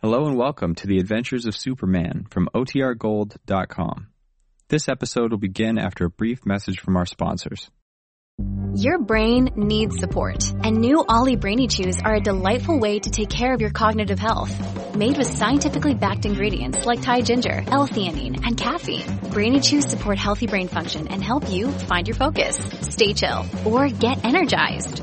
Hello and welcome to the Adventures of Superman from OTRGold.com. This episode will begin after a brief message from our sponsors. Your brain needs support, and new Ollie Brainy Chews are a delightful way to take care of your cognitive health. Made with scientifically backed ingredients like Thai ginger, L-theanine, and caffeine, Brainy Chews support healthy brain function and help you find your focus, stay chill, or get energized.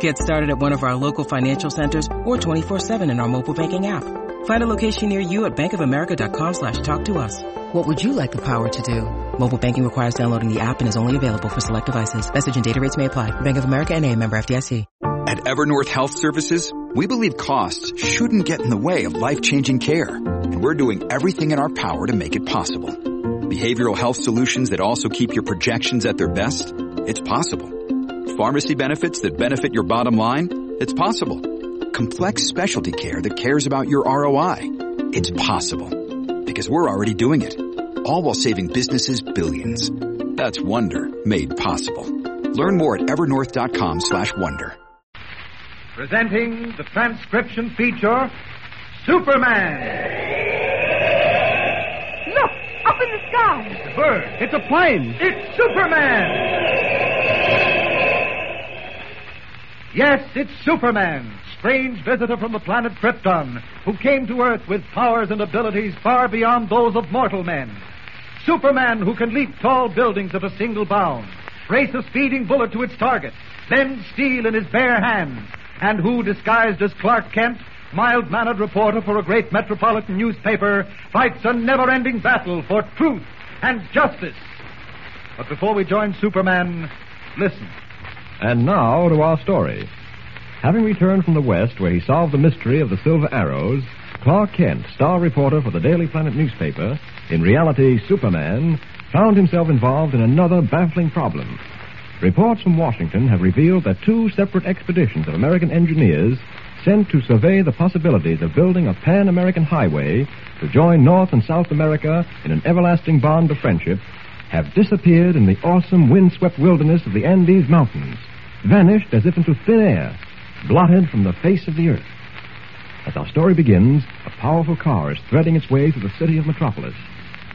Get started at one of our local financial centers or 24-7 in our mobile banking app. Find a location near you at bankofamerica.com slash talk to us. What would you like the power to do? Mobile banking requires downloading the app and is only available for select devices. Message and data rates may apply. Bank of America and a member FDIC. At Evernorth Health Services, we believe costs shouldn't get in the way of life-changing care, and we're doing everything in our power to make it possible. Behavioral health solutions that also keep your projections at their best? It's possible. Pharmacy benefits that benefit your bottom line? It's possible. Complex specialty care that cares about your ROI? It's possible. Because we're already doing it. All while saving businesses billions. That's wonder made possible. Learn more at evernorth.com slash wonder. Presenting the transcription feature Superman! Look, up in the sky. It's a bird. It's a plane. It's Superman! Yes, it's Superman, strange visitor from the planet Krypton, who came to Earth with powers and abilities far beyond those of mortal men. Superman who can leap tall buildings at a single bound, race a speeding bullet to its target, bend steel in his bare hands, and who, disguised as Clark Kent, mild mannered reporter for a great metropolitan newspaper, fights a never ending battle for truth and justice. But before we join Superman, listen. And now to our story. Having returned from the West, where he solved the mystery of the Silver Arrows, Clark Kent, star reporter for the Daily Planet newspaper, in reality Superman, found himself involved in another baffling problem. Reports from Washington have revealed that two separate expeditions of American engineers sent to survey the possibilities of building a pan American highway to join North and South America in an everlasting bond of friendship have disappeared in the awesome windswept wilderness of the Andes Mountains, vanished as if into thin air, blotted from the face of the earth. As our story begins, a powerful car is threading its way through the city of Metropolis.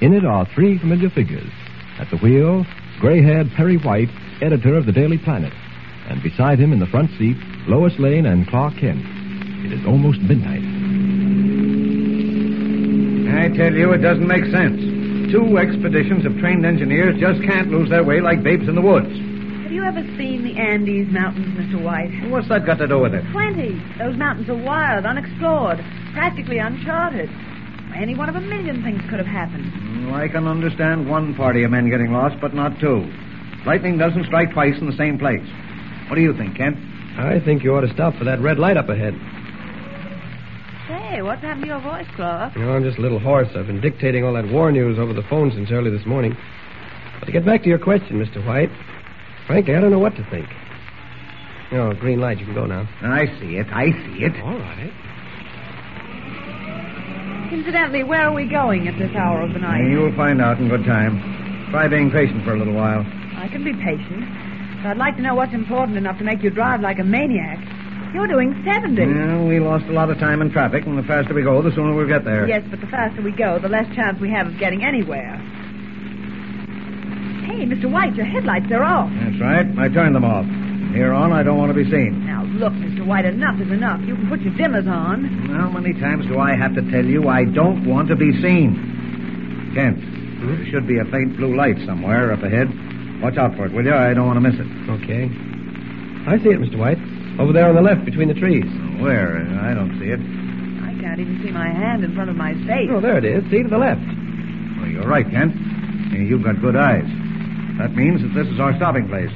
In it are three familiar figures. At the wheel, gray haired Perry White, editor of the Daily Planet, and beside him in the front seat, Lois Lane and Clark Kent. It is almost midnight. I tell you, it doesn't make sense. Two expeditions of trained engineers just can't lose their way like babes in the woods. Have you ever seen the Andes Mountains, Mr. White? What's that got to do with it? Plenty. Those mountains are wild, unexplored, practically uncharted. Any one of a million things could have happened. Mm, I can understand one party of men getting lost, but not two. Lightning doesn't strike twice in the same place. What do you think, Kent? I think you ought to stop for that red light up ahead. Say, what's happened to your voice, Clark? You know, I'm just a little hoarse. I've been dictating all that war news over the phone since early this morning. But to get back to your question, Mr. White, frankly, I don't know what to think. Oh, green light, you can go now. I see it. I see it. All right. Incidentally, where are we going at this hour of the night? You'll find out in good time. Try being patient for a little while. I can be patient, but I'd like to know what's important enough to make you drive like a maniac. You're doing 70. Yeah, we lost a lot of time in traffic, and the faster we go, the sooner we'll get there. Yes, but the faster we go, the less chance we have of getting anywhere. Hey, Mr. White, your headlights are off. That's right. I turned them off. Here on, I don't want to be seen. Now, look, Mr. White, enough is enough. You can put your dimmers on. How many times do I have to tell you I don't want to be seen? Kent, Hmm? there should be a faint blue light somewhere up ahead. Watch out for it, will you? I don't want to miss it. Okay. I see it, Mr. White. Over there on the left, between the trees. Where? I don't see it. I can't even see my hand in front of my face. Oh, there it is. See to the left. Well, you're right, Kent. Hey, You've got good eyes. That means that this is our stopping place.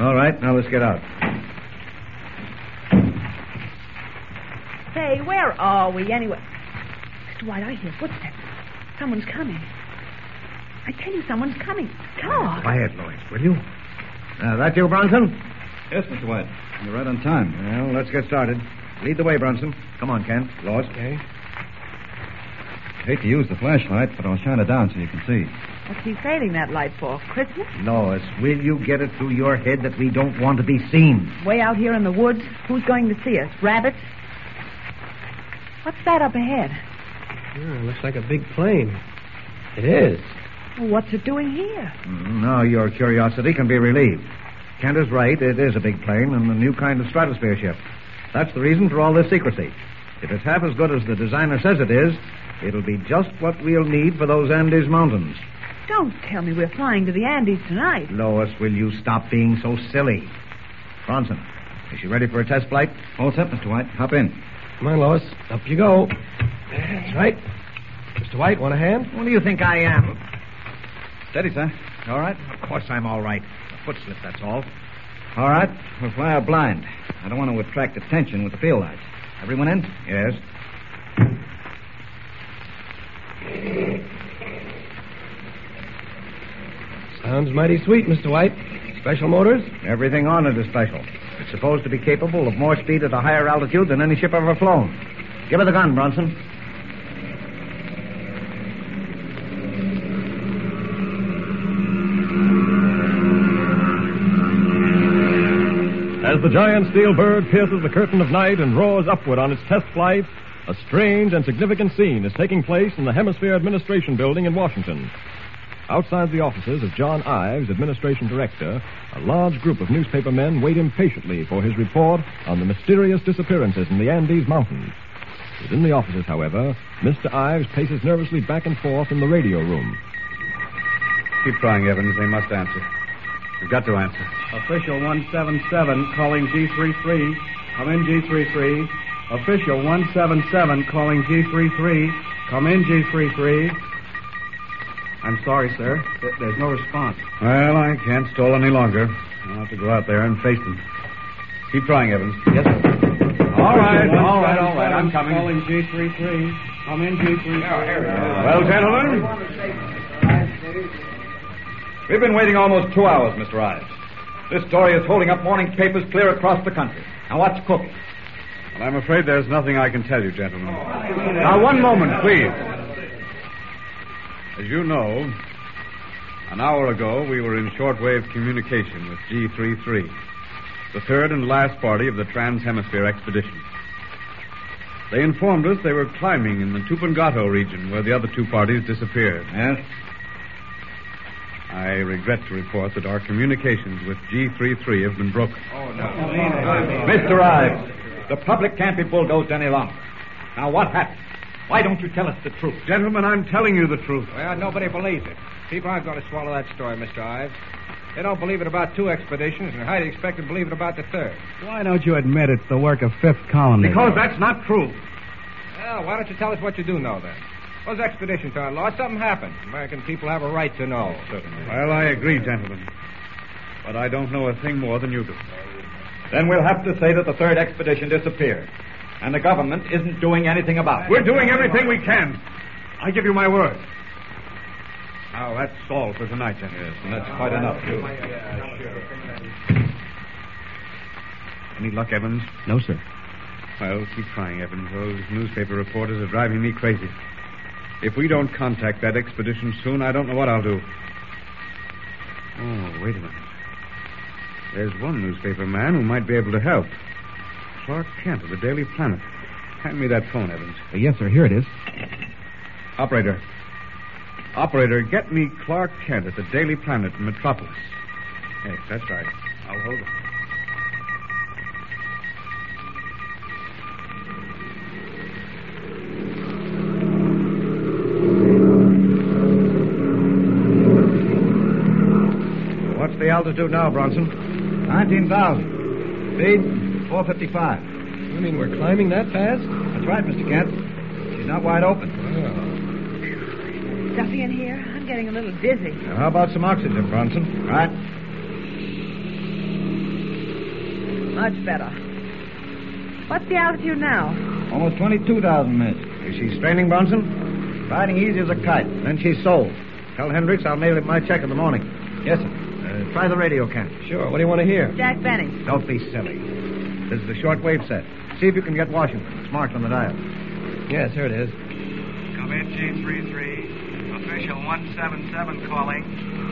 All right, now let's get out. Say, where are we anyway? Mr. White, I hear footsteps. Someone's coming. I tell you, someone's coming. Clark! Quiet, Lois, will you? Uh, that you, Bronson? Yes, Mr. White. You're right on time. Well, let's get started. Lead the way, Bronson. Come on, Ken. Lois. Okay. Hate to use the flashlight, but I'll shine it down so you can see. What's he saving that light for? Christmas? Lois, will you get it through your head that we don't want to be seen? Way out here in the woods? Who's going to see us? Rabbits? What's that up ahead? looks like a big plane. It is. Well, what's it doing here? Now your curiosity can be relieved. Kent is right. It is a big plane and a new kind of stratosphere ship. That's the reason for all this secrecy. If it's half as good as the designer says it is, it'll be just what we'll need for those Andes Mountains. Don't tell me we're flying to the Andes tonight. Lois, will you stop being so silly? Bronson, is she ready for a test flight? All set, Mr. White. Hop in. Come on, Lois. Up you go. That's right. Mr. White, want a hand? What do you think I am? Steady, sir. All right? Of course I'm all right. A foot slip, that's all. All right. We'll fly out blind. I don't want to attract attention with the field lights. Everyone in? Yes. Sounds mighty sweet, Mr. White. Special motors? Everything on it is special. It's supposed to be capable of more speed at a higher altitude than any ship ever flown. Give her the gun, Bronson. As the giant steel bird pierces the curtain of night and roars upward on its test flight, a strange and significant scene is taking place in the Hemisphere Administration Building in Washington. Outside the offices of John Ives, Administration Director, a large group of newspaper men wait impatiently for his report on the mysterious disappearances in the Andes Mountains. Within the offices, however, Mr. Ives paces nervously back and forth in the radio room. Keep trying, Evans. They must answer. They've got to answer. Official 177 calling G33. Come in, G33. Official 177 calling G33. Come in, G33. I'm sorry, sir. Th- There's no response. Well, I can't stall any longer. I'll have to go out there and face them. Keep trying, Evans. Yes, sir. All right, all right, all right. I'm coming. Calling G33. Come in, G33. Well, gentlemen, We've been waiting almost two hours, Mr. Ives. This story is holding up morning papers clear across the country. Now, what's cooking? Well, I'm afraid there's nothing I can tell you, gentlemen. Now, one moment, please. As you know, an hour ago we were in shortwave communication with G33, the third and last party of the Trans Hemisphere expedition. They informed us they were climbing in the Tupungato region where the other two parties disappeared. Yes? I regret to report that our communications with G33 have been broken. Oh, no. Mr. Ives, the public can't be bulldozed any longer. Now, what happened? Why don't you tell us the truth? Gentlemen, I'm telling you the truth. Well, Uh, nobody believes it. People aren't going to swallow that story, Mr. Ives. They don't believe it about two expeditions, and highly expect to believe it about the third. Why don't you admit it's the work of Fifth Colony? because that's not true. Well, why don't you tell us what you do know, then? Those expeditions aren't lost. Something happened. American people have a right to know. Well, I agree, gentlemen. But I don't know a thing more than you do. Then we'll have to say that the third expedition disappeared. And the government isn't doing anything about it. We're doing everything we can. I give you my word. Now, that's all for tonight, gentlemen. And that's quite enough, too. Any luck, Evans? No, sir. Well, keep trying, Evans. Those newspaper reporters are driving me crazy. If we don't contact that expedition soon, I don't know what I'll do. Oh, wait a minute. There's one newspaper man who might be able to help. Clark Kent of the Daily Planet. Hand me that phone, Evans. Uh, yes, sir. Here it is. Operator. Operator, get me Clark Kent at the Daily Planet in Metropolis. Yes, that's right. I'll hold it. What's the altitude now, Bronson? 19,000. Speed, 455. You mean we're climbing that fast? That's right, Mr. Kent. She's not wide open. Stuffy in here? I'm getting a little dizzy. Now, how about some oxygen, Bronson? All right. Much better. What's the altitude now? Almost 22,000 minutes. Is she straining, Bronson? Riding easy as a kite. Then she's sold. Tell Hendricks I'll mail him my check in the morning. Yes, sir. Uh, try the radio, Kent. Sure. What do you want to hear? Jack Benny. Don't be silly. This is the shortwave set. See if you can get Washington. It's marked on the dial. Yes, here it is. Commit G33. Official 177 calling.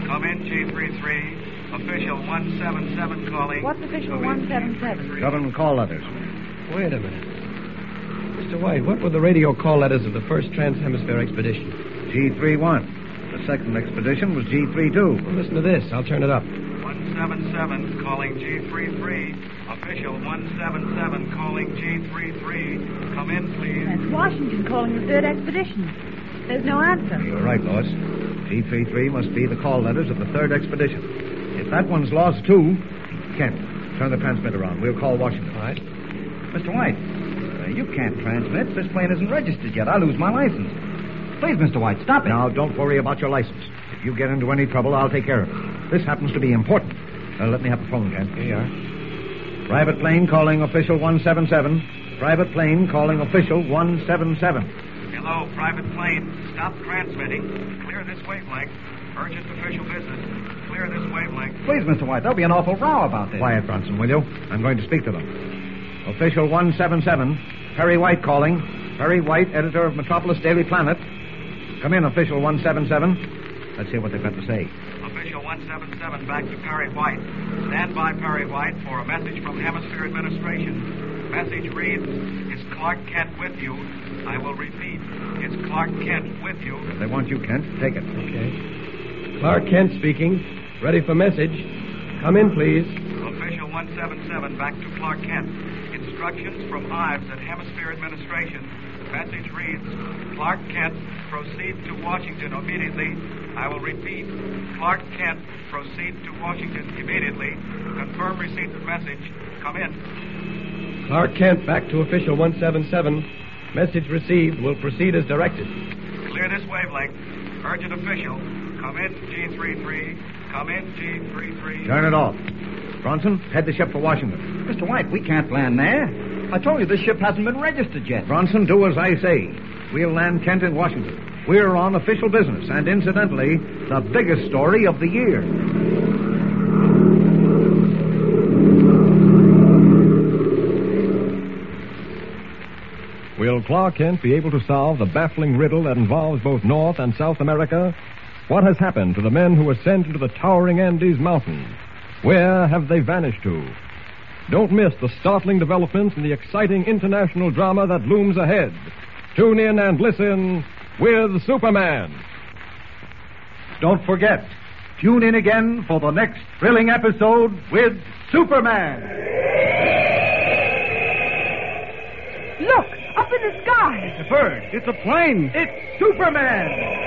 Commit G33. Official 177 calling. What's official Commit 177? Government call letters. Wait a minute. Mr. White, what were the radio call letters of the first trans-hemisphere expedition? G31. The second expedition was G32. Well, listen to this. I'll turn it up. 177 calling G33. Official 177 calling G33. Come in, please. That's Washington calling the third expedition. There's no answer. You're right, Lois. G33 must be the call letters of the third expedition. If that one's lost, too, Kent, turn the transmitter on. We'll call Washington. All right. Mr. White, uh, you can't transmit. This plane isn't registered yet. I'll lose my license. Please, Mr. White, stop it. Now, don't worry about your license. If you get into any trouble, I'll take care of it. This happens to be important. Uh, let me have the phone, Kent. Here you are. Private plane calling official 177. Private plane calling official 177. Hello, private plane. Stop transmitting. Clear this wavelength. Urgent official business. Clear this wavelength. Please, Mr. White, there'll be an awful row about this. Quiet, Bronson, will you? I'm going to speak to them. Official 177, Perry White calling. Perry White, editor of Metropolis Daily Planet. Come in, official 177. Let's hear what they've got to say. Official 177 back to Perry White. Stand by, Perry White, for a message from Hemisphere Administration. Message reads, It's Clark Kent with you. I will repeat, it's Clark Kent with you. If they want you, Kent, take it. Okay. Clark Kent speaking. Ready for message. Come in, please. Official 177 back to Clark Kent. Instructions from Ives at Hemisphere Administration. Message reads Clark Kent, proceed to Washington immediately. I will repeat Clark Kent, proceed to Washington immediately. Confirm receipt of message. Come in. Clark Kent, back to official 177. Message received. Will proceed as directed. Clear this wavelength. Urgent official. Come in, G33. Come in, G33. Turn it off. Bronson, head the ship for Washington. Mr. White, we can't land there. I told you this ship hasn't been registered yet. Bronson, do as I say. We'll land Kent in Washington. We're on official business, and incidentally, the biggest story of the year. Will Clark Kent be able to solve the baffling riddle that involves both North and South America? What has happened to the men who were sent into the towering Andes Mountains? Where have they vanished to? Don't miss the startling developments in the exciting international drama that looms ahead. Tune in and listen with Superman. Don't forget, tune in again for the next thrilling episode with Superman. Look, up in the sky. It's a bird. It's a plane. It's Superman.